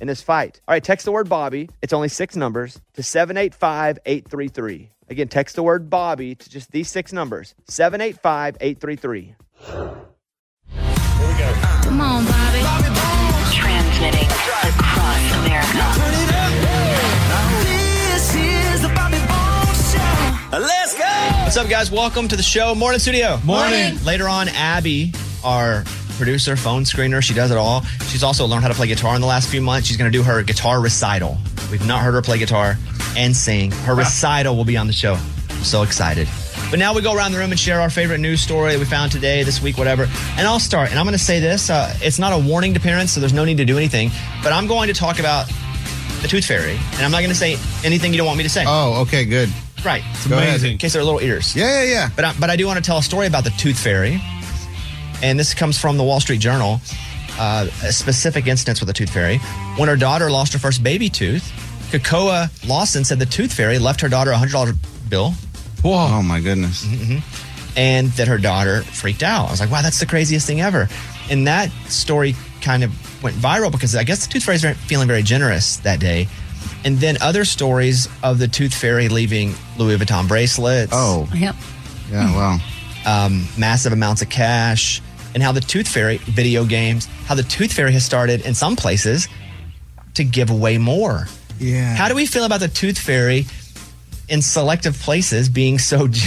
in this fight. All right, text the word Bobby. It's only six numbers to 785 833. Again, text the word Bobby to just these six numbers 785 833. Come on, Bobby. Transmitting across America. This is the Bobby Bones Show. Let's go! What's up, guys? Welcome to the show. Morning studio. Morning. Later on, Abby, our producer, phone screener, she does it all. She's also learned how to play guitar in the last few months. She's going to do her guitar recital. We've not heard her play guitar and sing. Her recital will be on the show. I'm so excited. But now we go around the room and share our favorite news story that we found today, this week, whatever. And I'll start. And I'm going to say this uh, it's not a warning to parents, so there's no need to do anything. But I'm going to talk about the Tooth Fairy. And I'm not going to say anything you don't want me to say. Oh, okay, good. right. Go ahead. In case they're little ears. Yeah, yeah, yeah. But I, but I do want to tell a story about the Tooth Fairy, and this comes from the Wall Street Journal. Uh, specific instance with the Tooth Fairy. When her daughter lost her first baby tooth, Kakoa Lawson said the Tooth Fairy left her daughter a hundred dollar bill, Whoa. Oh my goodness. Mm-hmm. and that her daughter freaked out. I was like, wow, that's the craziest thing ever. And that story kind of went viral because I guess the Tooth Fairy's very- feeling very generous that day. And then other stories of the Tooth Fairy leaving Louis Vuitton bracelets. Oh, Yep. yeah. Wow. um, massive amounts of cash, and how the Tooth Fairy video games, how the Tooth Fairy has started in some places to give away more. Yeah. How do we feel about the Tooth Fairy in selective places being so ge-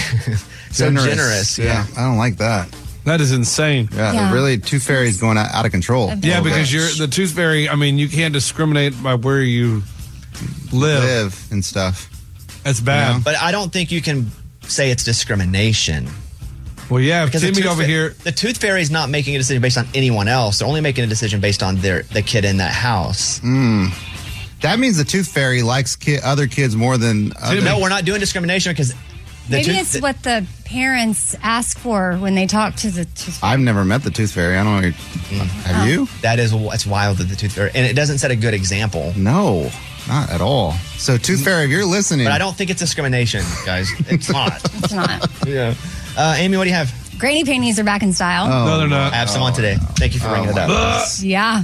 so generous? Yeah. I don't like that. That is insane. Yeah. Yeah. Really, two fairies going out, out of control. Yeah, because you're the tooth fairy. I mean, you can't discriminate by where you live. live and stuff. That's bad. But I don't think you can say it's discrimination. Well, yeah. If Because the Timmy Tooth over Fa- here. the Tooth Fairy is not making a decision based on anyone else. They're only making a decision based on their the kid in that house. That means the tooth fairy likes ki- other kids more than other. No, we're not doing discrimination because the Maybe tooth- it's what the parents ask for when they talk to the. To, I've never met the tooth fairy. I don't know. Mm-hmm. Have you? That is that's wild that the tooth fairy and it doesn't set a good example. No, not at all. So, Mm-hmm. tooth fairy, if you're listening, But I don't think it's discrimination, guys. It's not. it's not. yeah. Uh, Amy, what do you have? Granny panties are back in style. no, they're not. I have some on today. Thank you for bringing it up. Yeah.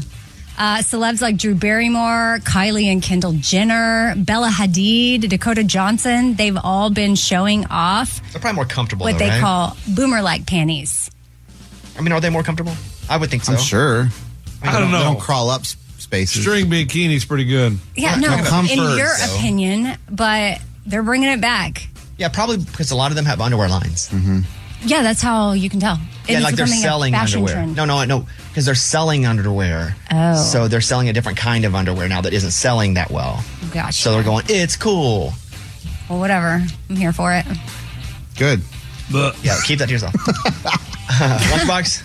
Uh, celebs like Drew Barrymore, Kylie and Kendall Jenner, Bella Hadid, Dakota Johnson, they've all been showing off They're probably more comfortable. what though, they right? call boomer like panties. I mean, are they more comfortable? I would think so. I'm sure. I don't They know. don't crawl up s- spaces. String bikini's pretty good. Yeah, no, about comfort, in your though? opinion, but they're bringing it back. Yeah, probably because a lot of them have underwear lines. Mm-hmm. Yeah, that's how you can tell. Yeah, It's like they're becoming a selling fashion underwear. trend. No, no, no, because they're selling underwear. Oh. So they're selling a different kind of underwear now that isn't selling that well. Gotcha. So they're going, it's cool. Well, whatever. I'm here for it. Good. But Yeah, keep that to yourself. Lunchbox.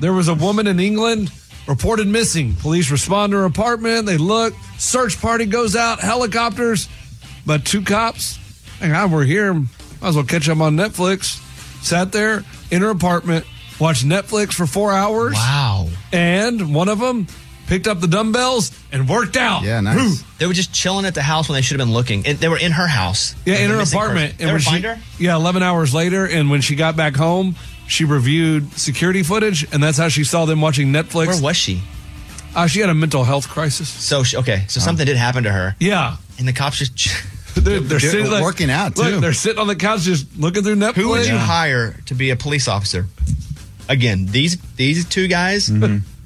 there was a woman in England reported missing. Police respond to her apartment. They look. Search party goes out. Helicopters. But two cops. Hang on, we're here. Might as well catch up on Netflix. Sat there in her apartment, watched Netflix for four hours. Wow. And one of them picked up the dumbbells, and worked out. Yeah, nice. Whew. They were just chilling at the house when they should have been looking. And they were in her house. Yeah, Like in the her missing apartment. person. They were when she- find her? Yeah, 11 hours later. And when she got back home, she reviewed security footage, and that's how she saw them watching Netflix. Where was she? Uh, she had a mental health crisis. So, she, okay, so something did happen to her. Yeah. And the cops just. They're, they're Dude, sitting, like- working out, look, too. they're sitting on the couch just looking through Netflix. Who would you hire to be a police officer? Again, these these two guys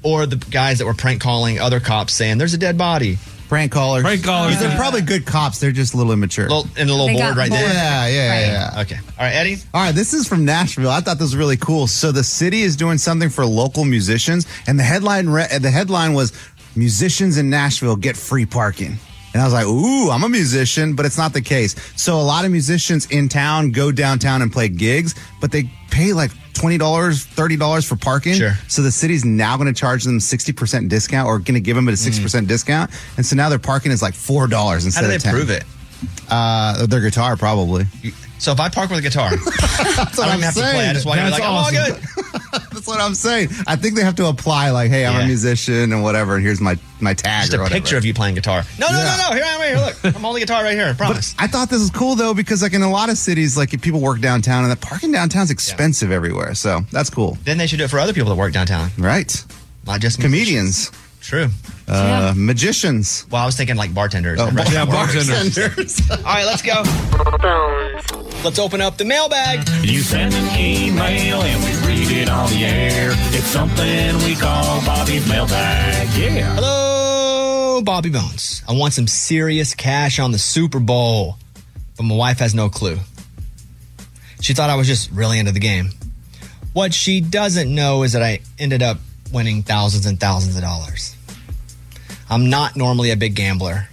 or the guys that were prank calling other cops saying there's a dead body. Prank callers. Prank callers. They're probably good cops. They're just a little immature. Little, and a little They board got right bored. there. yeah, yeah, yeah, yeah. Okay. All right, Eddie. All right, this is from Nashville. I thought this was really cool. So the city is doing something for local musicians, and the headline re- the headline was "Musicians in Nashville get free parking." And I was like, "Ooh, I'm a musician," but it's not the case. So a lot of musicians in town go downtown and play gigs, but they pay like twenty dollars, thirty dollars for parking. Sure. So the city's now going to charge them sixty percent discount, or going to give them a sixty percent discount, and so now their parking is like four dollars Mm. How instead do they of ten. prove it? Uh, their guitar, probably. You- So if I park with a guitar, That's what I don't even have to play. I just walk in That's like, awesome. I'm all good. That's what I'm saying. I think they have to apply, like, hey, I'm Yeah. a musician and whatever, and here's my my tag Just or a whatever. picture of you playing guitar. No, no, Yeah. no, no. Here I am right here. Look, I'm holding a guitar right here. I promise. I thought this was cool though because like in a lot of cities, like if people work downtown and the parking downtown's expensive everywhere, so that's cool, then they should do it for other people that work downtown, right? not just musicians. Comedians, True. uh, magicians, Well, I was thinking like bartenders. Oh, and bar- Yeah, restaurant workers. bartender. All right, let's go. Let's open up the mailbag. You send an email and we read it on the air. It's something we call Bobby's mailbag. Yeah. Hello, Bobby Bones. I want some serious cash on the Super Bowl, but my wife has no clue. She thought I was just really into the game. What she doesn't know is that I ended up winning thousands and thousands of dollars. I'm not normally a big gambler,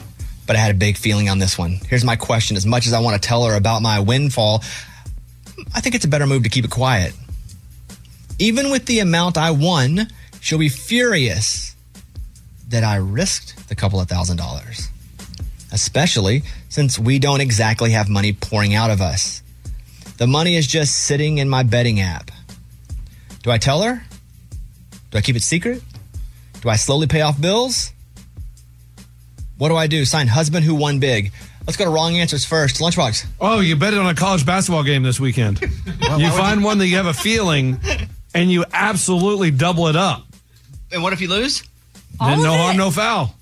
but I had a big feeling on this one. Here's my question as much as I want to tell her about my windfall, I think it's a better move to keep it quiet. Even with the amount I won, she'll be furious that I risked the couple of thousand dollars, especially since we don't exactly have money pouring out of us. The money is just sitting in my betting app. Do I tell her? Do I keep it secret? Do I slowly pay off bills? What do I do? Sign husband who won big. Let's go to wrong answers first. Lunchbox. Oh, you bet it on a college basketball game this weekend. you find one that you have a feeling, and you absolutely double it up. And what if you lose? All then of no harm, it. no foul,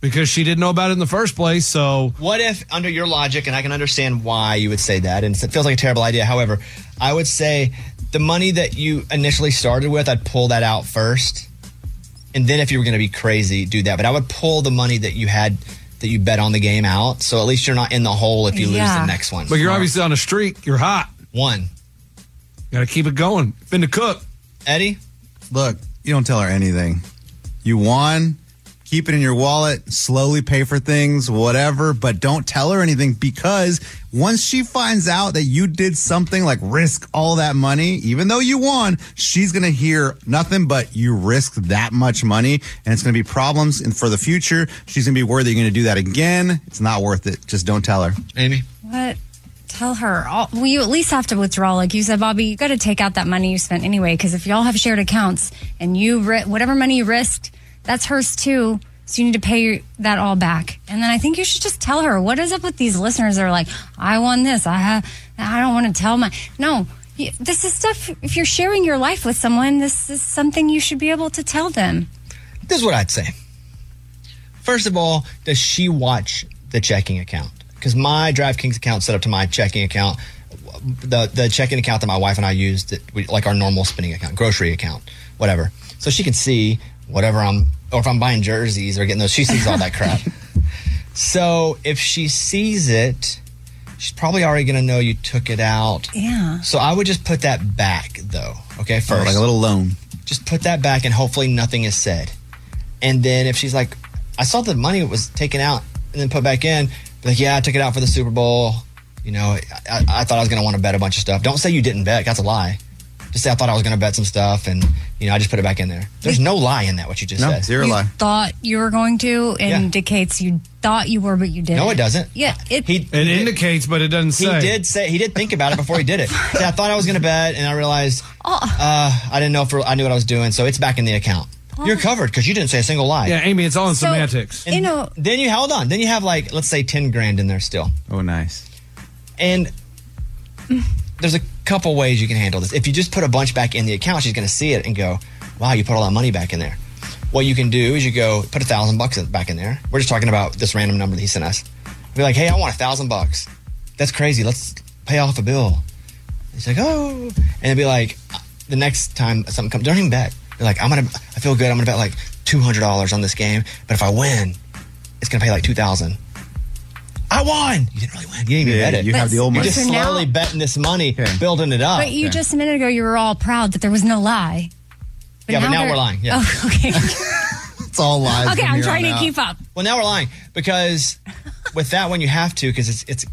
because she didn't know about it in the first place. So What if, under your logic, and I can understand why you would say that, and it feels like a terrible idea. However, I would say the money that you initially started with, I'd pull that out first. And then if you were going to be crazy, do that. But I would pull the money that you had that you bet on the game out. So at least you're not in the hole if you lose Yeah. the next one. but you're obviously on a streak. You're hot. one. Got to keep it going. Been to cook. Eddie? Look, you don't tell her anything. You won. Keep it in your wallet. Slowly pay for things, whatever. But don't tell her anything because once she finds out that you did something like risk all that money, even though you won, she's gonna hear nothing but you risked that much money, and it's gonna be problems. And for the future, she's gonna be worried that you're gonna do that again. It's not worth it. Just don't tell her. Amy? What? Tell her. All, well, you at least have to withdraw. Like you said, Bobby, you got to take out that money you spent anyway. Because if y'all have shared accounts and you ri- whatever money you risked, that's hers too. So you need to pay your, that all back. And then I think you should just tell her what is up with these listeners that are like, I won this. I have. I don't want to tell my. No, Y- this is stuff. If you're sharing your life with someone, this is something you should be able to tell them. this is what I'd say. First of all, does she watch the checking account? Because my DraftKings account set up to my checking account, the the checking account that my wife and I use, that we, like our normal spending account, grocery account, whatever. So she can see whatever I'm, or if I'm buying jerseys or getting those, she sees all that crap. So if she sees it, she's probably already going to know you took it out. Yeah. So I would just put that back, though. Okay, first Oh, Like a little loan. just put that back and hopefully nothing is said. And then if she's like, I saw the money was taken out and then put back in, be like, yeah, I took it out for the Super Bowl. You know, I, I thought I was going to want to bet a bunch of stuff. Don't say you didn't bet. That's a lie. Just say I thought I was going to bet some stuff and, you know, I just put it back in there. There's no lie in that, what you just No, said. zero lie. Thought you were going to Yeah. indicates you thought you were, but you didn't. No, it doesn't. Yeah. It, He, It indicates, but it doesn't he say. did say, he did think about it before he did it. Say, I thought I was going to bet and I realized uh, I didn't know if I knew what I was doing. So it's back in the account. You're covered because you didn't say a single lie. Yeah, Amy, it's all in So- semantics. You know, Then you held on. Then you have like let's say ten grand in there still. Oh, nice. And there's a couple ways you can handle this. If you just put a bunch back in the account, she's going to see it and go, "Wow, you put all that money back in there." What you can do is you go put a thousand bucks in- back in there. We're just talking about this random number that he sent us. Be like, "Hey, I want a thousand bucks. That's crazy. Let's pay off a bill." He's like, "Oh," and it'd be like, the next time something comes, don't even bet. You're like, "I'm gonna, I feel good. I'm gonna bet like two hundred dollars on this game, but if I win, it's gonna pay like two thousand. I won. You didn't really win. You didn't even Yeah, bet it. you have the old You're money. just So now- slowly betting this money, building it up. but you okay. just a minute ago you were all proud that there was no lie. Yeah, but now they're- we're lying, yeah. Oh, okay. It's all lies. okay, from I'm here trying on to out. keep up. well, now we're lying because with that one you have to because it's it's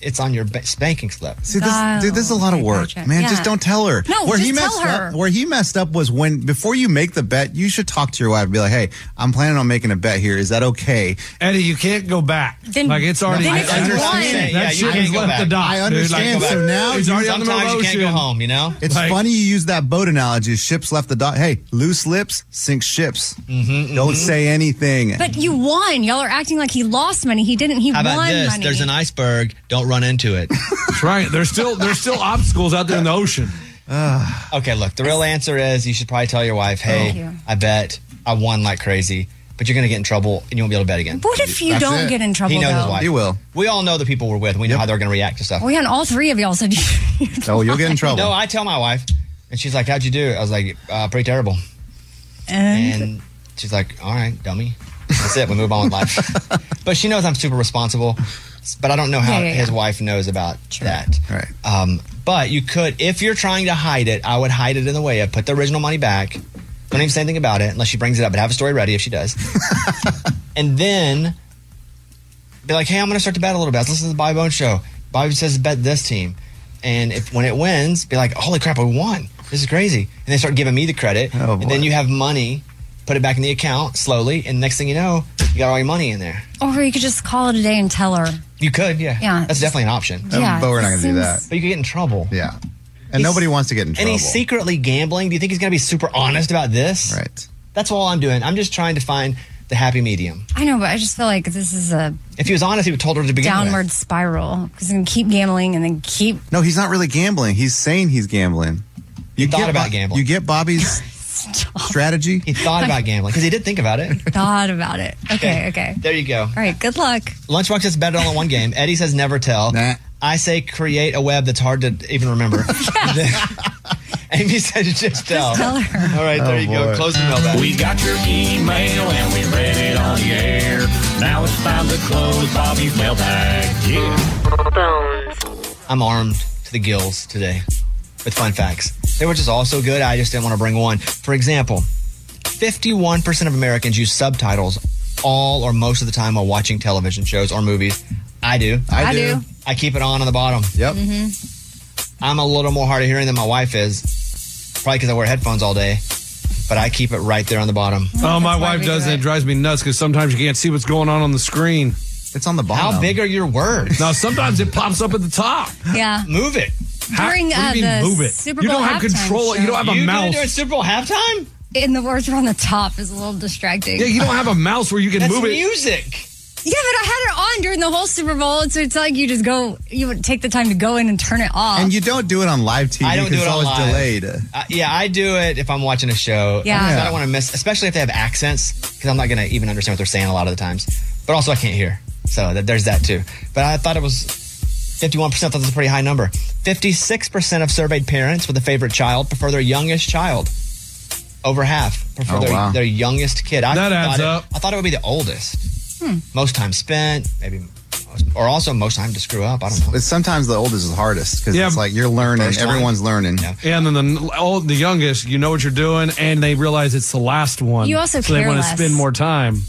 it's on your ba- banking slip. See, this, dude, this is a lot of Okay, work, gotcha. man. Yeah. Just don't tell her. No, just tell messed her. Up, where he messed up was when before you make the bet, you should talk to your wife and be like, "Hey, I'm planning on making a bet here. Is that okay?" Eddie, you can't go back. Then- like it's already. then I it's one. understand. That Yeah, you shit can't has go left back. the dock. I dude. Like, understand. go back. So now he's already on the Sometimes motion. you can't go home. You know. It's Like- funny you use that boat analogy. Ships left the dock. Hey, loose lips sink ships. Mm-hmm, Don't say anything. But you won. Y'all are acting like he lost money. He didn't. He How about won this? money. There's an iceberg. Don't run into it. That's right. There's still there's still obstacles out there in the ocean. okay, look. The real answer is you should probably tell your wife, Thank "Hey, you. I bet I won like crazy, but you're going to get in trouble and you won't be able to bet again." what if you That's don't it. get in trouble? He knows though? his wife. He will. We all know the people we're with. We know how they're going to react to stuff. Oh, yeah, and all three of y'all said. you- oh, you'll get in trouble. No, I tell my wife, and she's like, "How'd you do?" I was like, uh, "Pretty terrible." and And she's like, "All right, dummy." That's it. We move on with life. but she knows I'm super responsible. But I don't know how Yeah, yeah, his yeah. wife knows about that. Right. Um, but you could, if you're trying to hide it, I would hide it in the way of put the original money back. Don't even say anything about it unless she brings it up. But have a story ready if she does. and then be like, hey, I'm going to start to bet a little bit. Let's listen to the Bobby Bones show. Bobby says bet this team. And if when it wins, be like, holy crap, we won. This is crazy. And they start giving me the credit. Oh, and then boy. you have money, put it back in the account slowly. And next thing you know, you got all your money in there. or you could just call it a day and tell her. You could, yeah. Yeah. That's definitely an option. Um, yeah, but we're not it gonna do seems- But you could get in trouble. yeah, and nobody wants to get in And trouble. he's secretly gambling. Do you think he's going to be super honest about this? Right. That's all I'm doing. I'm just trying to find the happy medium. I know, but I just feel like this is a If he was honest, he would have told her to begin downward with. spiral because you can keep gambling and then keep. No, he's not really gambling. He's saying he's gambling. You thought about gambling. You get Bobby's strategy. He thought about gambling because he did think about it. Thought about it. Okay, okay. There you go. All right. Good luck. Lunchbox says bet it all in one game. Eddie says never tell. Nah. I say create a web that's hard to even remember. Amy says just tell. tell her. All right, there you go. Oh, boy. Close the mailbag. We got your email and we read it on the air. Now it's time to close Bobby's mailbag. Yeah. I'm armed to the gills today with fun facts. They were just all so good, I just didn't want to bring one. For example, 51% of Americans use subtitles all or most of the time while watching television shows or movies. I do. I, do. Mm-hmm. I keep it on on the bottom. Yep. I'm a little more hard of hearing than my wife is, probably because I wear headphones all day, but I keep it right there on the bottom. Oh, my That's why wife we does do that. it. It drives me nuts because sometimes you can't see what's going on on the screen. It's on the bottom. How big are your words? Now sometimes it pops up at the top. Yeah. Move it. How- During, what do you uh, mean, the move it? Super you Bowl don't have halftime control. show. You don't have you a did mouse. it during Super Bowl halftime? And the words are on the top is a little distracting. Yeah, Yeah, you don't have a mouse where you can That's move it. music. but I had it on during the whole Super Bowl, so it's like you just go, you would take the time to go in and turn it off. And you don't do it on live TV. I don't 'cause do it it's on always live. delayed. Uh, yeah, I do it if I'm watching a show. Yeah. 'cause I don't want to miss, especially if they have accents, because I'm not going to even understand what they're saying a lot of the times. But also, I can't hear. So that, there's that too. But I thought it was 51%. Thought that's a pretty high number. 56% of surveyed parents with a favorite child prefer their youngest child. Over half prefer Oh, their, wow. their youngest kid. I That thought adds it, up. I thought it would be the oldest. Most time spent, maybe, most- or also most time to screw up. I don't know. It's sometimes the oldest is the hardest because Yeah. it's like you're learning. First one. Everyone's learning. Yeah. And then the old, the youngest, you know what you're doing, and they realize it's the last one. You also so they care want to less. spend more time.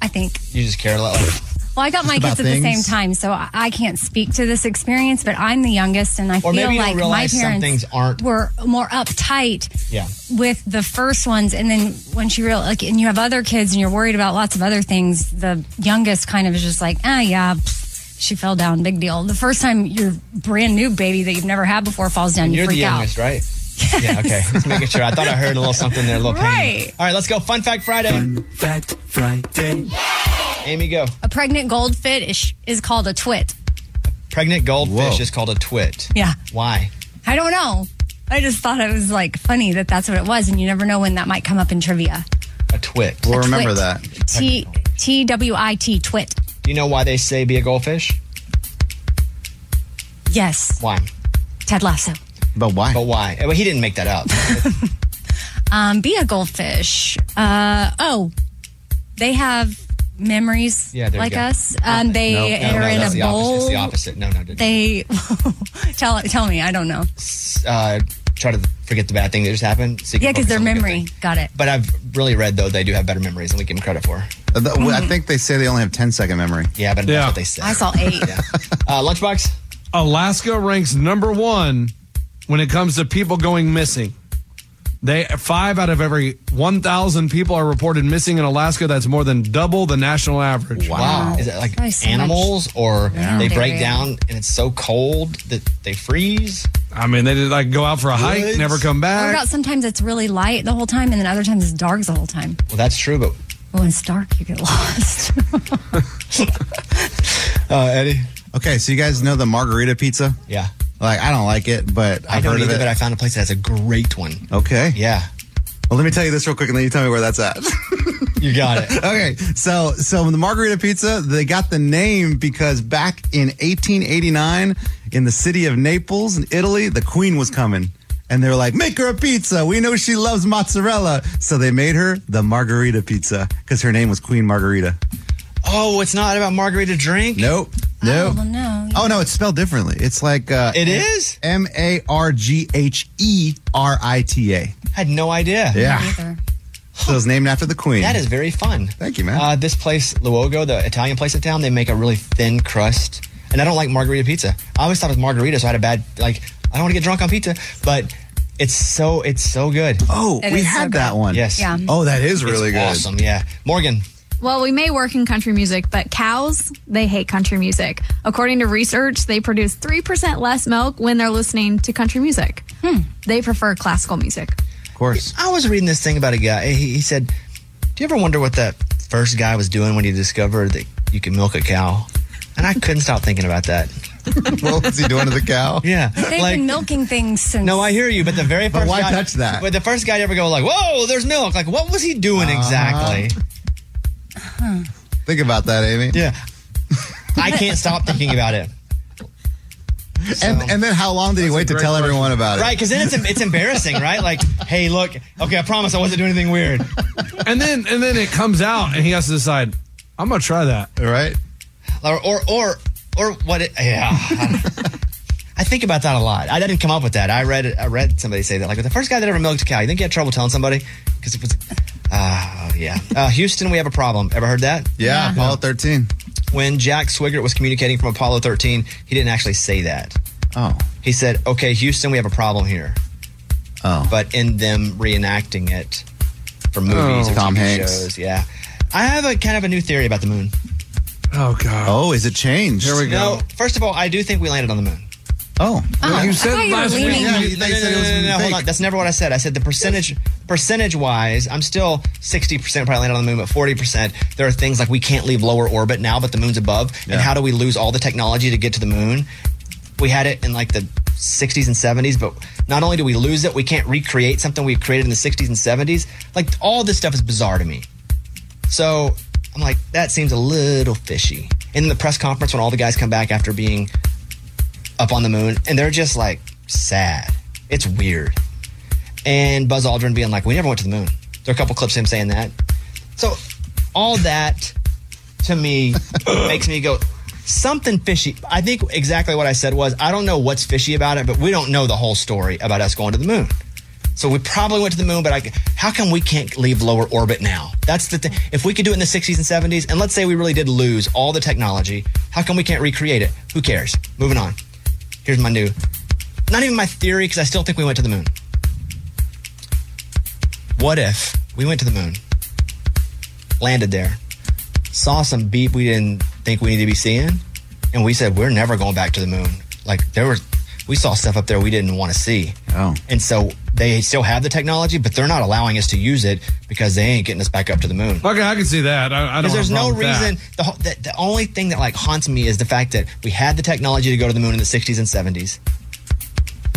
I think. You just care a lot. Like, Well, I got my about kids at the same things. time, so I- I can't speak to this experience, but I'm the youngest, and I Or feel maybe you don't like my realize some parents things aren't- were more uptight Yeah. with the first ones, and then when she real like, and you have other kids, and you're worried about lots of other things. The youngest kind of is just like, ah, yeah. pff, She fell down, big deal. The first time your brand new baby that you've never had before falls down, you you're the freak out. youngest, right? Yeah, okay. Just making sure. I thought I heard a little something there, a little pain. Right. All right, let's go. Fun Fact Friday. Fact Friday. Amy, go. A pregnant goldfish is called a twit. Pregnant goldfish Whoa. is called a twit. Yeah. Why? I don't know. I just thought it was like funny that that's what it was, and you never know when that might come up in trivia. A twit. We'll remember Twit. that. T T W I T twit. Do you know why they say be a goldfish? Yes, Why? Ted Lasso. But why? But why? Eh, Well, he didn't make that up. Um, be a goldfish. Uh, oh, they have memories Yeah, there you like go. us. Um, they No, no, are no, in that's a the bowl. opposite. It's the opposite. No, no. didn't. They tell tell me. I don't know. uh, try to forget the bad thing that just happened. so you can Yeah, because focus their on the good memory thing. got it. But I've really read though they do have better memories than we give them credit for. Uh, th- well, I think they say they only have 10 second memory. Yeah, but Yeah. that's what they say. I saw eight. Uh, lunchbox. Alaska ranks number one when it comes to people going missing. They five out of every one thousand people are reported missing in Alaska. That's more than double the national average. Wow. Is it like Probably so much. animals or they Theory. break down and it's so cold that they freeze? I mean, they did like go out for a hike, Woods. never come What back. about sometimes it's really light the whole time, and then other times it's dark the whole time. Well, that's true, but Well, when it's dark, you get lost. uh, Eddie. Okay, so you guys know the margarita pizza? Yeah. Like, I don't like it, but I I've don't heard of either, it. but I found a place that has a great one. okay. Yeah. Well, let me tell you this real quick and then you tell me where that's at. You got it. okay, so so the margarita pizza, they got the name because back in 1889 in the city of Naples in Italy, the queen was coming. And they were like, make her a pizza. We know she loves mozzarella. So they made her the margarita pizza because her name was Queen Margarita. oh, it's not about margarita drink? Nope. Oh, Nope. well, no. Oh no, it's spelled differently. It's like uh, It is? M A R G H E R I T A. I had no idea. Yeah, Either. so it was named after the queen. That is very fun. Thank you, man. Uh, this place, Luogo, the Italian place in town, they make a really thin crust. And I don't like margarita pizza. I always thought it was margarita, so I had a bad, like, I don't want to get drunk on pizza, but it's so, it's so good. Oh, It we is so had good. that one. Yes. Yeah. Oh, that is really It's good. Awesome, yeah. Morgan, Well, we may work in country music, but cows, they hate country music. According to research, they produce 3% less milk when they're listening to country music. They prefer classical music. Of course. I was reading this thing about a guy. He, he said, "Do you ever wonder what that first guy was doing when he discovered that you can milk a cow?" And I couldn't stop thinking about that. what was he doing to the cow? Yeah, They've been milking things since. no, I hear you, but the very first why guy, touch that? Uh-huh. But the first guy to ever go like, "Whoa, there's milk!" Like, what was he doing exactly? Think about that, Amy. Yeah, I can't stop thinking about it. And, and then how long did he wait to great tell everyone about it? Right, because then it's it's embarrassing, right? Like, hey, look, okay, I promise I wasn't doing anything weird. And then and then it comes out, and he has to decide. I'm gonna try that. Right. or or or, or what? It, yeah. I think about that a lot. I didn't come up with that. I read I read somebody say that. Like the first guy that ever milked a cow, you think he had trouble telling somebody because it was. Ah, oh yeah. Uh, Houston, we have a problem. Ever heard that? Yeah. Apollo 13. When Jack Swigert was communicating from Apollo 13, he didn't actually say that. Oh. He said, "Okay, Houston, we have a problem here." Oh. But in them reenacting it for movies, Oh. or Tom TV Hanks. shows, yeah. I have a kind of a new theory about the moon. Oh God. oh, is it changed? Here we go. No, first of all, I do think we landed on the moon. Oh. You I said thought you were last week. leaning- Yeah, you- No, they no, said no, it was no, no, no, fake. hold on. That's never what I said. I said the percentage percentage wise, I'm still 60% probably landed on the moon, but 40%. There are things like we can't leave lower orbit now, but the moon's above. Yeah. And how do we lose all the technology to get to the moon? We had it in like the 60s and 70s, but not only do we lose it, we can't recreate something we created in the 60s and 70s. Like all this stuff is bizarre to me. So I'm like, that seems a little fishy. In the press conference, when all the guys come back after being up on the moon, and they're just like sad. It's weird. And Buzz Aldrin being like, "We never went to the moon." There are a couple clips of him saying that. So all that to me makes me go something fishy. I think exactly what I said was I don't know what's fishy about it, but we don't know the whole story about us going to the moon. So we probably went to the moon, but I, how come we can't leave lower orbit now? That's the thing. If we could do it in the 60s and 70s, and let's say we really did lose all the technology, how come we can't recreate it? Who cares? Moving on. Here's my new, not even my theory, because I still think we went to the moon. What if we went to the moon, landed there, saw some beep we didn't think we needed to be seeing, and we said we're never going back to the moon. Like there were we saw stuff up there we didn't want to see. Oh. And so they still have the technology, but they're not allowing us to use it because they ain't getting us back up to the moon. Okay, I can see that. I, I don't. Because there's have a no problem with that. reason. The, whole- the, the only thing that like haunts me is the fact that we had the technology to go to the moon in the 60s and 70s.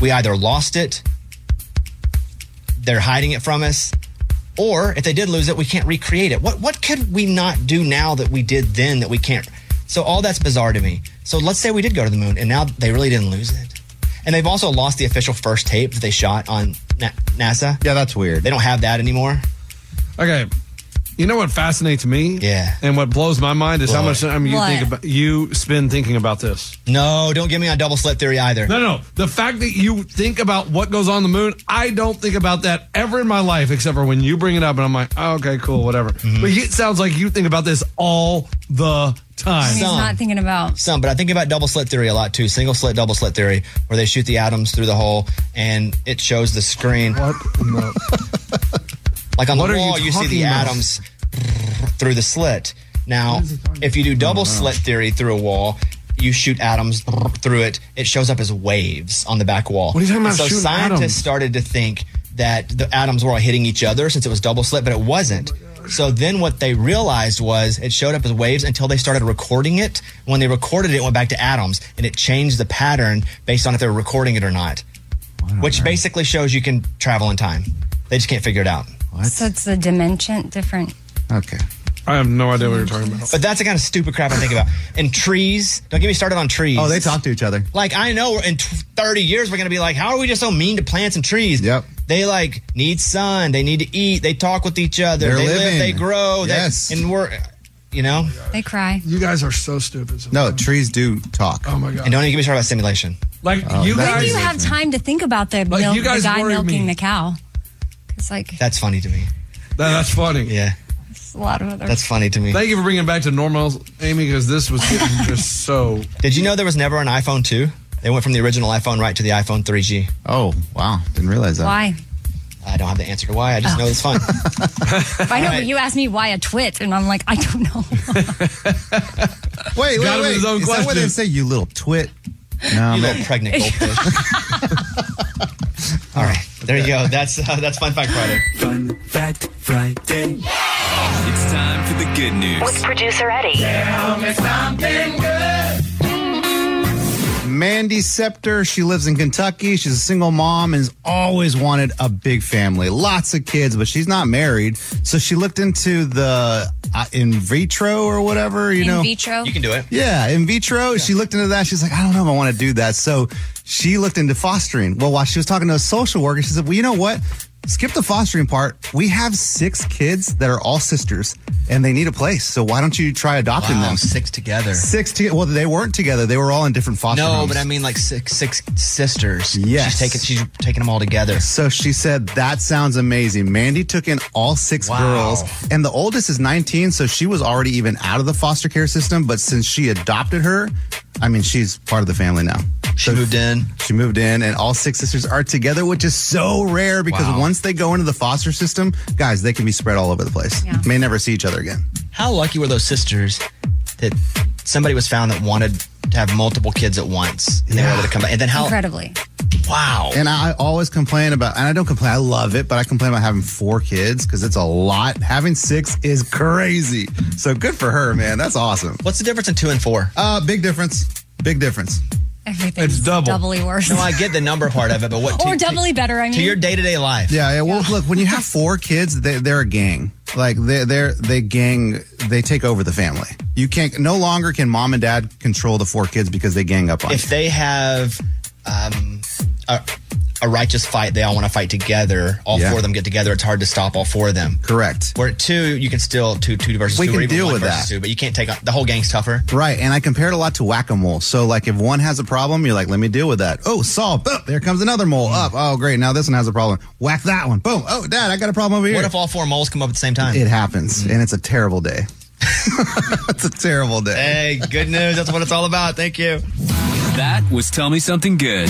We either lost it, they're hiding it from us, or if they did lose it, we can't recreate it. What what could we not do now that we did then that we can't? So all that's bizarre to me. So let's say we did go to the moon, and now they really didn't lose it, and they've also lost the official first tape that they shot on Na- NASA. Yeah, that's weird. They don't have that anymore. Okay. You know what fascinates me? Yeah. And what blows my mind is how What? much time you What? think about you spend thinking about this. No, don't give me on double slit theory either. No, no. The fact that you think about what goes on the moon, I don't think about that ever in my life, except for when you bring it up, and I'm like, oh, okay, cool, whatever. Mm-hmm. But it sounds like you think about this all the time. He's Some. not thinking about. some, but I think about double slit theory a lot too. Single slit, double slit theory, where they shoot the atoms through the hole and it shows the screen. What? in the- Like on What the are you wall, you, see the talking about? atoms through the slit. Now, if you do double slit theory through a wall, you shoot atoms through it. It shows up as waves on the back wall. What are you talking And about So shooting scientists atoms? started to think that the atoms were all hitting each other since it was double slit, but it wasn't. So then what they realized was it showed up as waves until they started recording it. When they recorded it, it went back to atoms and it changed the pattern based on if they were recording it or not, which basically shows you can travel in time. They just can't figure it out. So it's the dimension different. Okay. I have no idea what you're talking about. But that's the kind of stupid crap I think about. And trees, don't get me started on trees. Oh, they talk to each other. Like I know in t- 30 years we're going to be like, how are we just so mean to plants and trees? Yep. They like need sun, they need to eat, they talk with each other, They're they live, living. they grow, they- Yes. and we're you know, They cry. You guys are so stupid. No, trees do talk. Oh my god. and don't even get me started about simulation. Like Oh, you that When guys do you have time to think about the, Like, milk, you guys the guy worry milking me. the cow? It's like That's funny to me. That- that's funny. Yeah. it's a lot of other. That's funny to me. Thank you for bringing it back to normal, Amy, because this was getting just so. Did you know there was never an iPhone 2? They went from the original iPhone right to the iPhone 3G. Oh, wow. Didn't realize that. why? I don't have the answer to why. I just know it's fun. I know, right. but you asked me why a twit, and I'm like, I don't know. Wait, wait, Got him wait. his own Is that what they question. say? You little twit. No, You man. little pregnant goldfish. All right, there you go. That's uh, that's Fun Fact Friday. Fun Fact Friday. It's time for the good news. With producer Eddie. Mandy Scepter. She lives in Kentucky. She's a single mom and has always wanted a big family, lots of kids, but she's not married. So she looked into the uh, in vitro or whatever, you In know. vitro. You can do it. Yeah, in vitro. She looked into that. She's like, I don't know if I want to do that. So she looked into fostering. Well, while she was talking to a social worker, she said, Well, you know what? Skip the fostering part. We have six kids that are all sisters and they need a place. So why don't you try adopting them? six together. Six to well, they weren't together. They were all in different foster No, homes. but I mean like six six sisters. Yes. she's taking she's taking them all together. So she said, That sounds amazing. Mandy took in all six Wow. girls, and the oldest is 19, so she was already even out of the foster care system. But since she adopted her, I mean, she's part of the family now. She moved in. She moved in, and all six sisters are together, which is so rare because Wow. once they go into the foster system, guys, they can be spread all over the place. Yeah. May never see each other again. How lucky were those sisters that somebody was found that wanted to have multiple kids at once and they were able to come back. And then how? Incredibly. Wow. And I always complain about, and I don't complain, I love it, but I complain about having four kids because it's a lot. Having six is crazy. So good for her, man. That's awesome. What's the difference in two and four? Uh, big difference. Big difference. Everything's It's double. doubly worse. No, I get the number part of it, but what? to- or to- doubly better, I mean. to your day to day life. Yeah, yeah. Well, look, when you have four kids, they, they're a gang. Like they they're they gang they take over the family. You can't no longer can mom and dad control the four kids because they gang up on if you. they have um, a, a righteous fight, they all want to fight together. All Yeah. four of them get together. It's hard to stop all four of them. Correct. Where at two, you can still two two versus We two, can or even deal one with versus that. two, but you can't take on, the whole gang's tougher. Right, and I compare it a lot to whack a mole. So, like, if one has a problem, you're like, let me deal with that. Oh, Saul, boom, there comes another mole up. Oh, great, now this one has a problem. Whack that one, boom. Oh, dad, I got a problem over here. What if Mm-hmm. all four moles come up at the same time? it happens, and it's a terrible day. it's a terrible day. hey, good news. That's what it's all about. Thank you. That was Tell Me Something Good.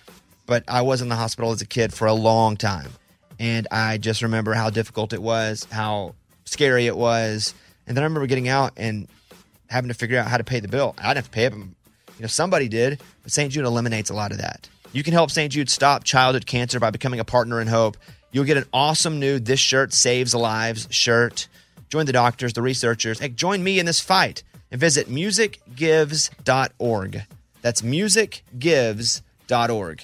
but I was in the hospital as a kid for a long time. And I just remember how difficult it was, how scary it was. And then I remember getting out and having to figure out how to pay the bill. I didn't have to pay it, but you know, somebody did. But St. Jude eliminates a lot of that. You can help St. Jude stop childhood cancer by becoming a partner in hope. You'll get an awesome new This Shirt Saves Lives shirt. Join the doctors, the researchers. Hey, join me in this fight and visit musicgives.org. That's musicgives.org.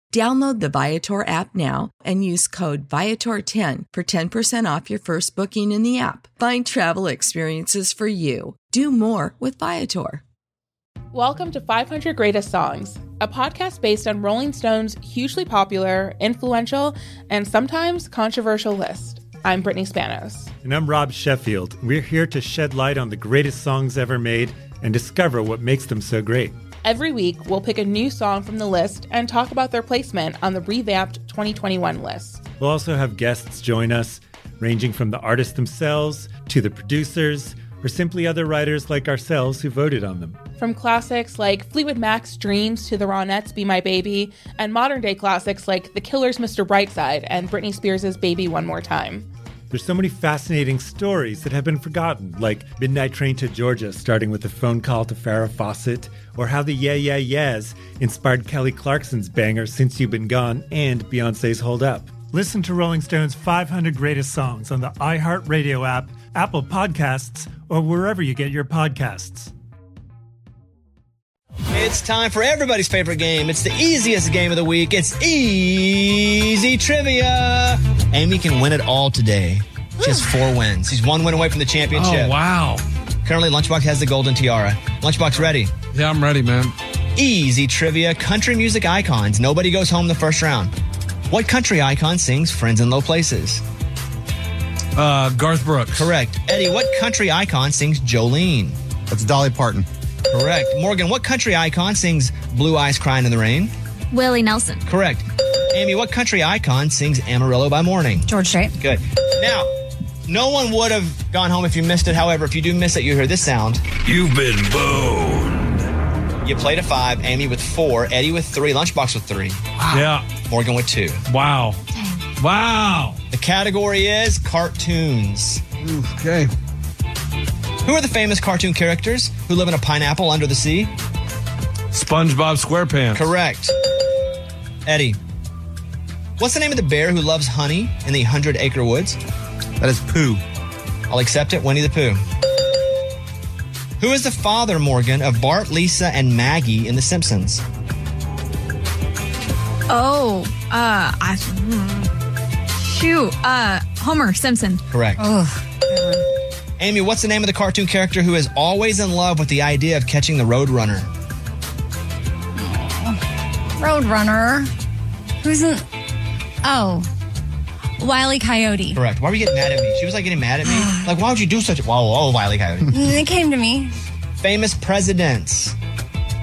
Download the Viator app now and use code Viator10 for 10% off your first booking in the app. Find travel experiences for you. Do more with Viator. Welcome to 500 Greatest Songs, a podcast based on Rolling Stone's hugely popular, influential, and sometimes controversial list. I'm Brittany Spanos. And I'm Rob Sheffield. We're here to shed light on the greatest songs ever made and discover what makes them so great. Every week, we'll pick a new song from the list and talk about their placement on the revamped 2021 list. We'll also have guests join us, ranging from the artists themselves to the producers or simply other writers like ourselves who voted on them. From classics like Fleetwood Mac's Dreams to the Ronettes' Be My Baby, and modern day classics like The Killer's Mr. Brightside and Britney Spears' Baby One More Time. There's so many fascinating stories that have been forgotten, like Midnight Train to Georgia starting with a phone call to Farrah Fawcett, or how the Yeah Yeah Yeahs inspired Kelly Clarkson's banger Since You've Been Gone and Beyonce's Hold Up. Listen to Rolling Stone's 500 Greatest Songs on the iHeartRadio app, Apple Podcasts, or wherever you get your podcasts. It's time for everybody's favorite game. It's the easiest game of the week. It's E easy trivia. Amy can win it all today. She has four wins. She's one win away from the championship. Oh, wow. Currently, Lunchbox has the golden tiara. Lunchbox ready? Yeah, I'm ready, man. Easy trivia. Country music icons. Nobody goes home the first round. What country icon sings Friends in Low Places? Uh, Garth Brooks. Correct. Eddie, what country icon sings Jolene? That's Dolly Parton. Correct. Morgan, what country icon sings Blue Eyes Crying in the Rain? Willie Nelson. Correct. Amy, what country icon sings Amarillo by Morning? George Strait. Good. Now, no one would have gone home if you missed it. However, if you do miss it, you hear this sound. You've been boned. You played a five, Amy with four, Eddie with three, Lunchbox with three, Yeah. Morgan with two. Wow. Wow. The category is cartoons. Okay. Who are the famous cartoon characters who live in a pineapple under the sea? SpongeBob SquarePants. Correct. Eddie, what's the name of the bear who loves honey in the Hundred Acre Woods? That is Pooh. I'll accept it, Winnie the Pooh. Who is the father, Morgan, of Bart, Lisa, and Maggie in The Simpsons? Oh, uh, I. mm. Shoot, uh, Homer Simpson. Correct. Amy, what's the name of the cartoon character who is always in love with the idea of catching the Roadrunner? Roadrunner. Who's in? Oh, Wiley Coyote. Correct. Why were you getting mad at me? She was like getting mad at me. Like, why would you do such a. Whoa, whoa, Wiley Coyote. it came to me. Famous presidents.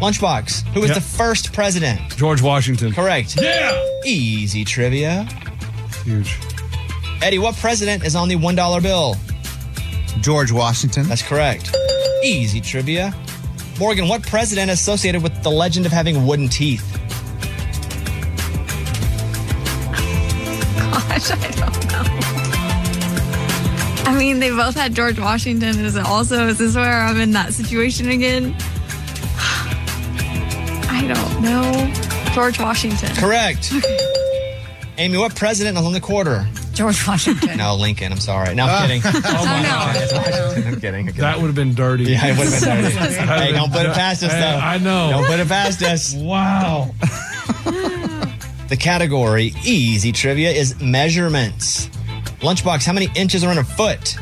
Lunchbox, who was Yeah. the first president? George Washington. Correct. Yeah! Easy trivia. Huge. Eddie, what president is on the $1 bill? George Washington. That's correct. Easy trivia. Morgan, what president is associated with the legend of having wooden teeth? Gosh, I don't know. I mean, they both had George Washington. Is it also? Is this where I'm in that situation again? I don't know. George Washington. Correct. Amy, what president hung the quarter? George Washington. No, Lincoln. I'm sorry. No, I'm kidding. Oh, my God. I'm kidding. Ah. That would have been dirty. Yeah, it would have been dirty. hey, don't put it past us, Hey, though. I know. Don't put it past us. Wow. the category easy trivia is measurements. Lunchbox, how many inches are in a foot?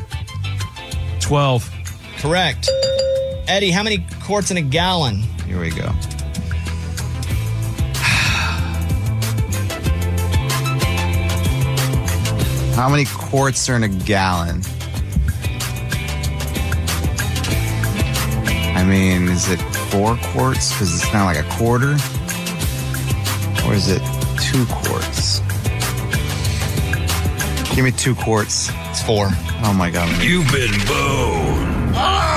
12. Correct. Eddie, how many quarts in a gallon? Here we go. How many quarts are in a gallon? I mean, is it four quarts? Because it's not like a quarter. Or is it two quarts? Give me two quarts. It's four. Oh my God. You've been boned. Oh!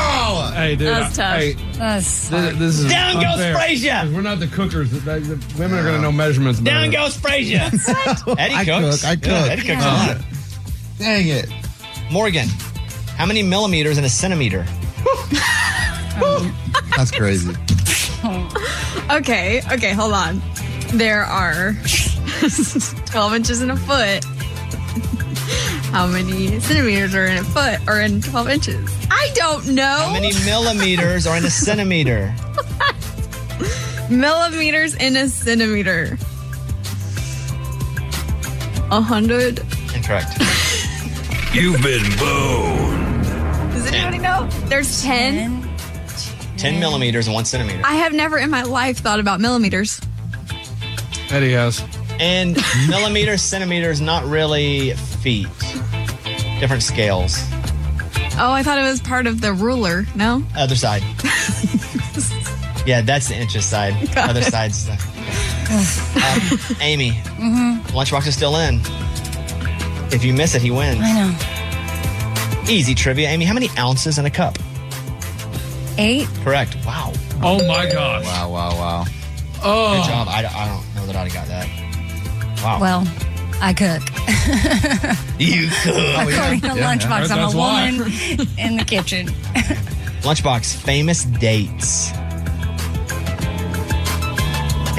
Hey, dude. That was tough. Hey, That was th- this is Down goes unfair. Frazier! 'Cause We're not the cookers. The, the- the women are going to know measurements. Down better. goes Frazier. Uh, Eddie I cooks. cook, I Yeah, cook. Eddie cooks a Yeah. lot. Dang it. Morgan, how many millimeters in a centimeter? That's crazy. Okay, okay, hold on. There are 12 inches in a foot. How many centimeters are in a foot or in 12 inches? I don't know. How many Oh. millimeters are in a centimeter? millimeters in a centimeter? A hundred? Incorrect. You've been boned. Does anybody know? There's 10. 10 millimeters in one centimeter. I have never in my life thought about millimeters. Eddie has. And millimeters, centimeters, not really feet. Different scales. Oh, I thought it was part of the ruler. No? Other side. yeah, that's the inches side. Got Other it. side's the. Um, Amy, Mm-hmm. lunchbox is still in. If you miss it, he wins. I know. Easy trivia, Amy. How many ounces in a cup? Eight. Correct. Wow. Oh, my gosh. Wow, wow, wow. Oh. Good job. I, I don't know that I'd have got that. Wow. Well, I cook. Oh, you could. According to Lunchbox, I'm That's a why. woman in the kitchen. Lunchbox, famous dates.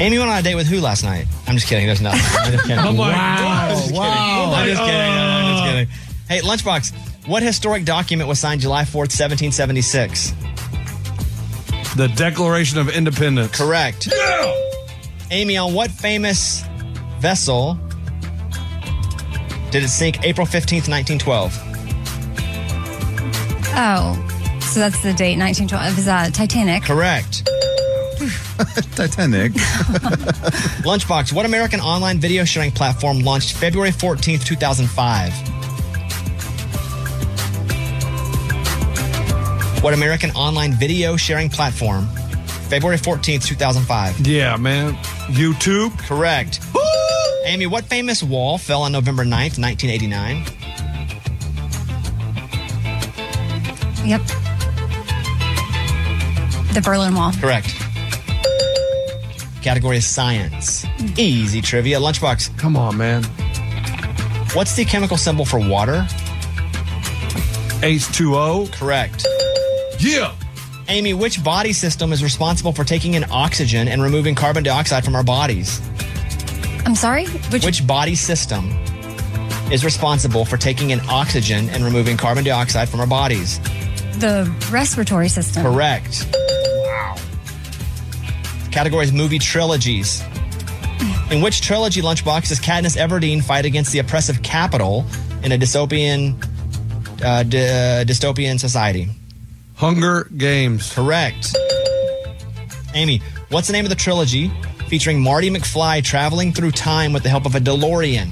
Amy went on a date with who last night? I'm just kidding. There's nothing. I'm just kidding. Oh my I'm just kidding. wow. I'm just kidding. I'm just Uh. kidding. Hey, Lunchbox, what historic document was signed July 4th, 1776? The Declaration of Independence. Correct. Amy, on what famous vessel did it sink April 15th, 1912? Oh, so that's the date, 1912. Is that uh, Titanic? Correct. Titanic. Lunchbox, what American online video sharing platform launched February 14th, 2005? What American online video sharing platform? February 14th, 2005. Yeah, man. YouTube. Correct. Amy, what famous wall fell on November 9th, 1989? Yep. The Berlin Wall. Correct. Category is science. Easy trivia. Lunchbox, Come on, man. what's the chemical symbol for water? H2O. Correct. oh. Yeah. Amy, which body system is responsible for taking in oxygen and removing carbon dioxide from our bodies? I'm sorry? Which, Which body system is responsible for taking in oxygen and removing carbon dioxide from our bodies? The respiratory system. Correct. Wow. Categories movie trilogies. In which trilogy, Lunchbox, does Katniss Everdeen fight against the oppressive capital in a dystopian, uh, dy- uh, dystopian society? Hunger Games. Correct. Amy, what's the name of the trilogy featuring Marty McFly traveling through time with the help of a DeLorean?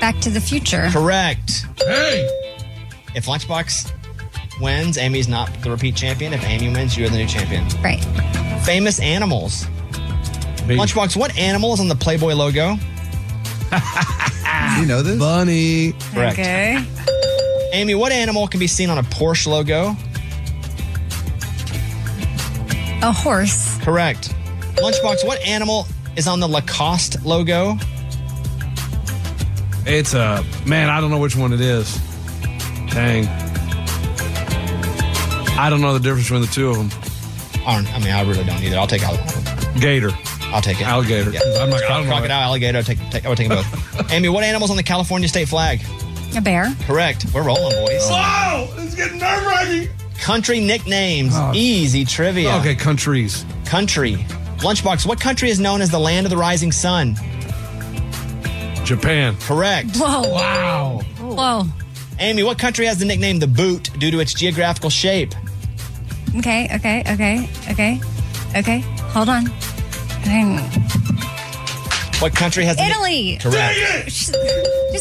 Back to the future. Correct. Hey. If Lunchbox wins, Amy's not the repeat champion. If Amy wins, you're the new champion. Right. Famous animals. Lunchbox, what animal is on the Playboy logo? you know this? Bunny. Correct. Okay. Amy, what animal can be seen on a Porsche logo? A horse. Correct. Lunchbox, what animal is on the Lacoste logo? It's a man. I don't know which one it is. Dang. I don't know the difference between the two of them. I, don't, I mean, I really don't either. I'll take either one. of them. Gator. I'll take it. Alligator. Yeah. I'm like, I don't know. Crocodile, alligator. I would take, take, I would take them both. Amy, what animal's on the California state flag? A bear. Correct. We're rolling, boys. Oh. Whoa! It's getting nerve wracking. Country nicknames. Easy trivia. Oh. Okay, countries. Country. Lunchbox, what country is known as the land of the rising sun? Japan. Correct. Whoa. Wow. Whoa. Amy, what country has the nickname the boot due to its geographical shape? Okay, okay, okay, okay, okay. Hold on. Dang. What country has the Italy. Correct.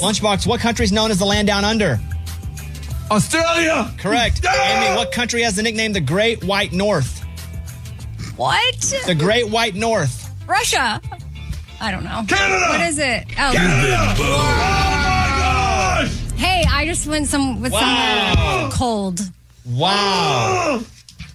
Lunchbox, what country is known as the land down under? Australia. Correct. Amy, what country has the nickname the Great White North? What? The Great White North. Russia. I don't know. Canada! What is it? Oh. You've been boned. Hey, I just went some with Wow. some cold. Wow.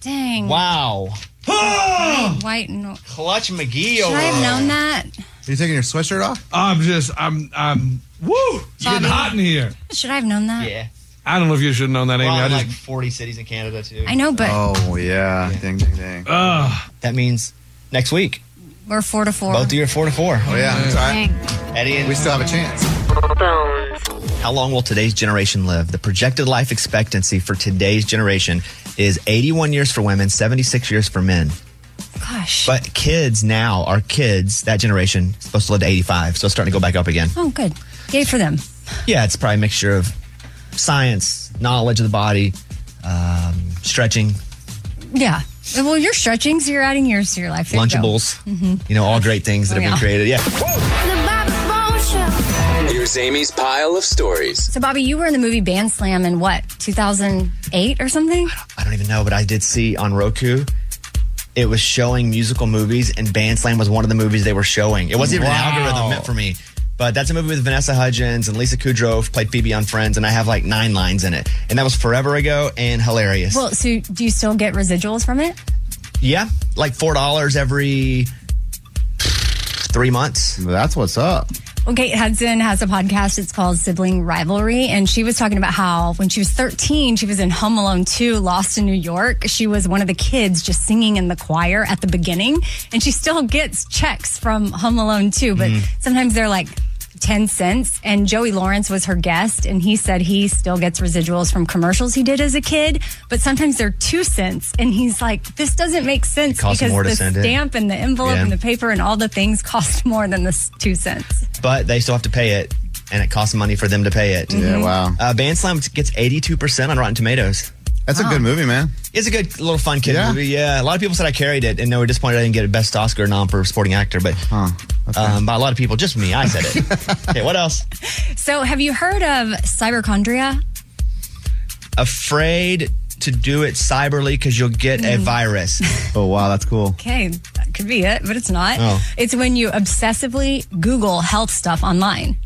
Dang. Wow. White, white and should Clutch McGee over. I have known that? Are you taking your sweatshirt off? I'm just, I'm, I'm, woo! It's getting Bobby. hot in here. Should I have known that? Yeah. I don't know if you should have known that, Amy. We're all I in just, like 40 cities in Canada, too. I know, but Oh yeah. Uh, Ding ding ding. Ugh. That means next week, we're four to four. both of you are four to four. Oh yeah. It's all right. Dang. Eddie and We still have a chance. How long will today's generation live? The projected life expectancy for today's generation is 81 years for women, 76 years for men. Gosh. But kids now, our kids, that generation, is supposed to live to 85, so it's starting to go back up again. oh, good. Yay for them. Yeah, it's probably a mixture of science, knowledge of the body, um, stretching, Yeah. Well, you're stretching, so you're adding years to your life. There you go. Mm-hmm. Lunchables, you know, all great things that Oh, have yeah. been created. Yeah. Here's Amy's pile of stories. So, Bobby, you were in the movie Band Slam in what, 2008 or something? I don't even know, but I did see on Roku. It was showing musical movies, and Bandslam was one of the movies they were showing. It wasn't even Wow. an algorithm meant for me. But that's a movie with Vanessa Hudgens and Lisa Kudrow who played Phoebe on Friends, and I have like nine lines in it. And that was forever ago and hilarious. Well, so do you still get residuals from it? yeah, like four dollars every three months. That's what's up. Well, Kate Hudson has a podcast. It's called Sibling Rivalry. And she was talking about how when she was 13, she was in Home Alone 2, Lost in New York. She was one of the kids just singing in the choir at the beginning. And she still gets checks from Home Alone 2, but Mm. sometimes they're like 10 cents. And Joey Lawrence was her guest. And he said he still gets residuals from commercials he did as a kid, but sometimes they're two cents. And he's like, this doesn't make sense costs because more to the send it." stamp and the envelope Yeah. and the paper and all the things cost more than this two cents. But they still have to pay it, and it costs money for them to pay it. Yeah. Wow. Uh, Bandslam gets eighty-two percent on Rotten Tomatoes. That's a good movie, man. It's a good little fun kid Yeah? movie. Yeah, a lot of people said I carried it, and they were disappointed I didn't get a best Oscar nom for supporting actor. But um, by a lot of people, just me, I said it. okay, what else? So, have you heard of cyberchondria? Afraid to do it cyberly because you'll get a virus. Oh wow, that's cool. Okay, that could be it, but it's not. Oh. It's when you obsessively Google health stuff online.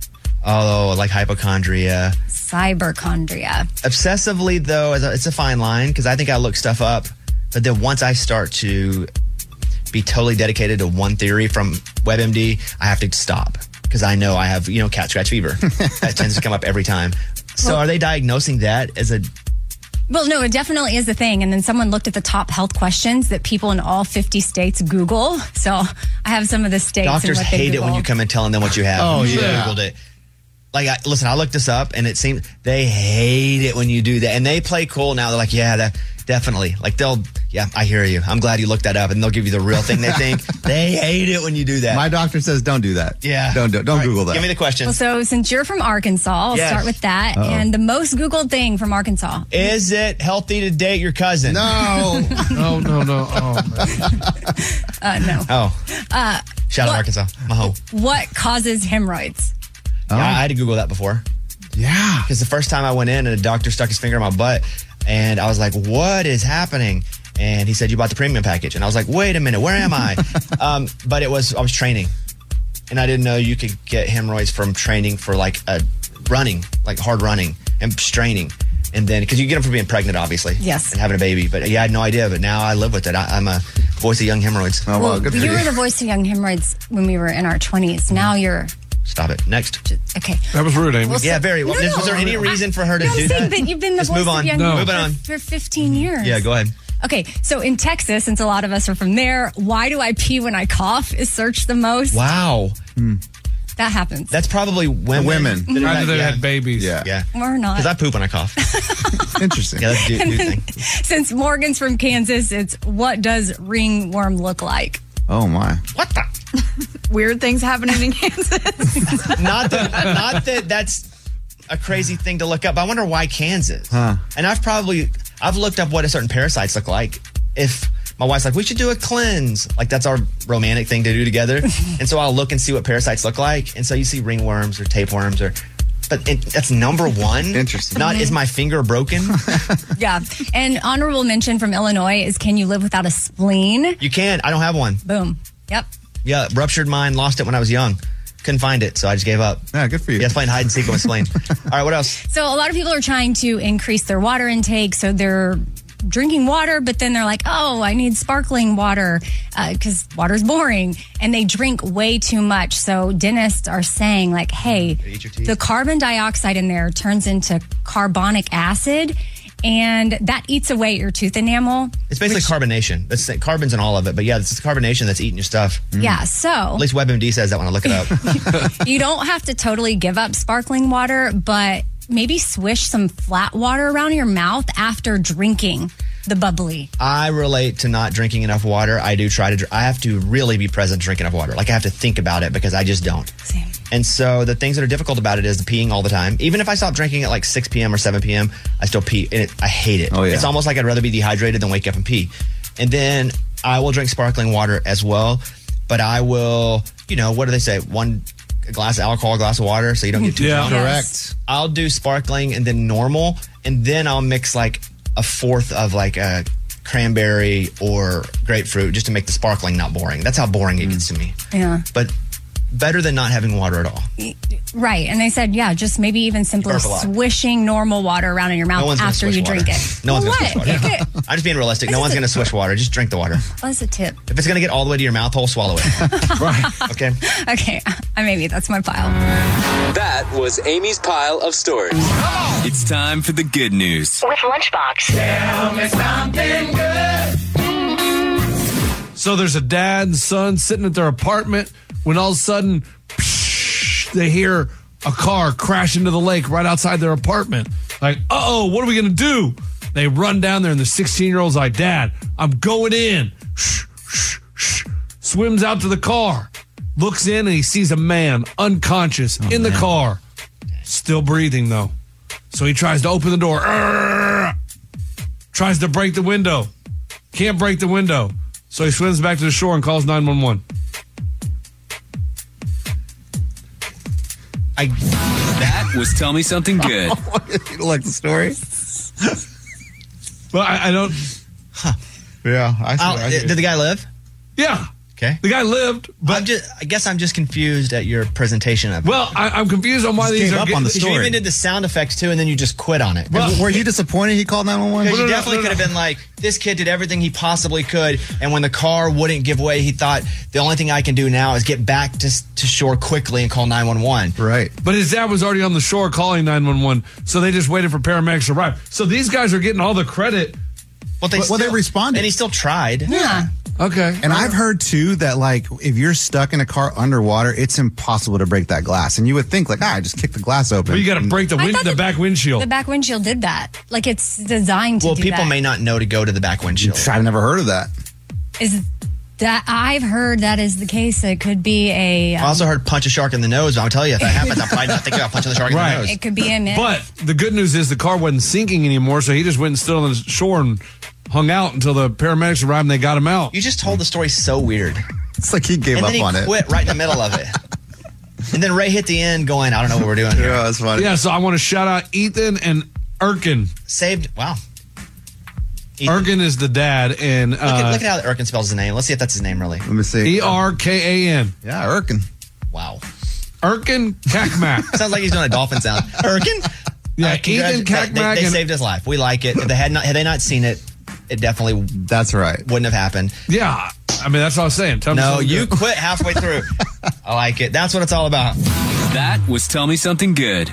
Oh, like hypochondria. Cyberchondria. Obsessively though, is a- it's a fine line because I think I look stuff up, but then once I start to be totally dedicated to one theory from WebMD, I have to stop because I know I have you know cat scratch fever. that tends to come up every time. So are they diagnosing that as a Well, no, it definitely is a thing. And then someone looked at the top health questions that people in all 50 states Google. So, I have some of the states. and Doctors what they hate it when Google. you come in telling them what you have. Oh yeah. googled it. Like, I, listen, I looked this up, and it seems they hate it when you do that, and they play cool now. They're like, yeah, that definitely. Like they'll, yeah, I hear you. I'm glad you looked that up, and they'll give you the real thing they think. they hate it when you do that. My doctor says don't do that. yeah, Don't do, All don't right, Google that. Give me the question. Well, so, since you're from Arkansas, I'll Yes. start with that. And the most Googled thing from Arkansas. Is it healthy to date your cousin? no. No, no, no. Oh, man. Uh, no. Oh, Uh, shout out Arkansas, Maho. What causes hemorrhoids? Yeah, I had to Google that before. yeah. because the first time I went in and a doctor stuck his finger in my butt and I was like, what is happening? And he said, you bought the premium package. And I was like, wait a minute, where am I? um, but it was, I was training and I didn't know you could get hemorrhoids from training for like a running, like hard running and straining. And then, because you get them for being pregnant, obviously. Yes. And having a baby. But yeah, I had no idea. But now I live with it. I, I'm a voice of young hemorrhoids. Oh wow, Well, good for you you. were the voice of young hemorrhoids when we were in our 20s. Now you're Stop it. Next. Okay. That was rude, Amy. Well, yeah, so- very well. No, Was there no. any reason for her to No, I'm do saying that? that you've been the Just voice move of on. Young No. Women Moving for- on. For 15 years. Yeah, go ahead. Okay, so in Texas, since a lot of us are from there, why do I pee when I cough is searched the most. Wow. That happens. That's probably women. women. that are Either they had babies. Yeah. Yeah. Or not. Because I poop when I cough. Interesting. Yeah, that's a dude, And dude then- thing. Since Morgan's from Kansas, it's what does ringworm look like? Oh my. Weird things happening in Kansas. not that, not that that's a crazy thing to look up. I wonder why Kansas. Huh. And I've probably I've looked up what a certain parasites look like. If my wife's like, we should do a cleanse. Like that's our romantic thing to do together. and so I'll look and see what parasites look like. And so you see ringworms or tapeworms or. But it, that's number one. Interesting. Not is my finger broken? Yeah. And honorable mention from Illinois is can you live without a spleen? you can't. I don't have one. Boom. Yep. Yeah, ruptured mine. Lost it when I was young. Couldn't find it, so I just gave up. Yeah, good for you. Yeah, it's playing hide and seek with spleen. All right, what else? So a lot of people are trying to increase their water intake, so they're drinking water, but then they're like, "Oh, I need sparkling water because water's boring," and they drink way too much. So dentists are saying, like, "Hey, Eat your teeth. the carbon dioxide in there turns into carbonic acid." And that eats away at your tooth enamel. It's basically carbonation. That's carbon's in all of it, but yeah, it's carbonation that's eating your stuff. Yeah, so Mm. At least WebMD says that when I look it up. you don't have to totally give up sparkling water, but maybe swish some flat water around your mouth after drinking the bubbly. I relate to not drinking enough water. I do try to. Dr- I have to really be present to drink enough water. Like I have to think about it because I just don't. Same. And so the things that are difficult about it is the peeing all the time. Even if I stop drinking at like 6 p.m. or 7 p.m., I still pee, and it, I hate it. Oh, yeah. It's almost like I'd rather be dehydrated than wake up and pee. And then I will drink sparkling water as well, but I will, you know, what do they say? One glass of alcohol, a glass of water, so you don't get too Yeah. drunk. Correct. I'll do sparkling and then normal, and then I'll mix like a fourth of like a cranberry or grapefruit just to make the sparkling not boring. That's how boring it gets to me. Yeah. But better than not having water at all. Right. And they said, yeah, just maybe even simply burp a lot. swishing normal water around in your mouth no one's after gonna you swish water. drink it. No one's Well, gonna swish what? water. I'm just being realistic. No one's gonna swish water. Just drink the water. Well, that's a tip. If it's gonna get all the way to your mouth hole, swallow it. right. Okay. Okay. I maybe that's my pile. That was Amy's pile of stories. It's time for the good news. With Lunchbox. Tell me something good. So there's a dad and son sitting at their apartment when all of a sudden psh, they hear a car crash into the lake right outside their apartment. Like, uh oh, what are we gonna do? They run down there and the 16 year old's like, Dad, I'm going in. Shh, shh, shh. Swims out to the car, looks in and he sees a man unconscious in the car, still breathing though. So he tries to open the door. Arrgh! tries to break the window. Can't break the window. So he swims back to the shore and calls 911. I That was tell me something good. you don't like the story? well, I, I don't. Yeah, I, I'll- I did the guy live? Yeah. Okay. The guy lived, but I'm just, I guess I'm just confused at your presentation of it. Well, I, I'm confused on why Just these gave are up getting- on the story. You even did the sound effects too, and then you just quit on it. Well, Were you disappointed he called 911? Because you definitely could have been like, this kid did everything he possibly could, and when the car wouldn't give way, he thought the only thing I can do now is get back to to shore quickly and call nine one one. Right. But his dad was already on the shore calling 911, so they just waited for paramedics to arrive. So these guys are getting all the credit. Well, they, well, they responded. and he still tried. Yeah. Okay. And I've heard too that like if you're stuck in a car underwater, it's impossible to break that glass. And you would think like, ah, I just kick the glass open. But you got to break the I win- thought the back windshield. The back windshield did that. Like it's designed to Well, do people that. may not know to go to the back windshield. I've never heard of that. Is that I've heard that is the case. It could be a. I also heard punch a shark in the nose. But I'll tell you, if that happens, I'm probably not thinking about punching the shark in Right. the nose. it could be a myth. But the good news is the car wasn't sinking anymore, so he just went and stood on the shore and hung out until the paramedics arrived and they got him out. You just told the story so weird. It's like he gave and up then he on it. quit right in the middle of it. and then Ray hit the end going, I don't know what we're doing here. Yeah, that's funny. Yeah, so I want to shout out Ethan and Erkin. Saved. Wow. Erkin is the dad, and Look, at, uh, look at how Erkin spells his name. Let's see if that's his name really. Let me see. E R K A N. Yeah, Erkin. Wow. Erkin Kakmak. Sounds like he's doing a dolphin sound. Uh, Erkin? Yeah, Congratu- Ethan Kakmak. they, they and- saved his life. We like it. If they had not, had they not seen it, it definitely That's right. wouldn't have happened. yeah, I mean, that's what I was saying. Tell me No, something you good. quit halfway through. I like it. That's what it's all about. That was Tell Me Something Good.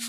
It's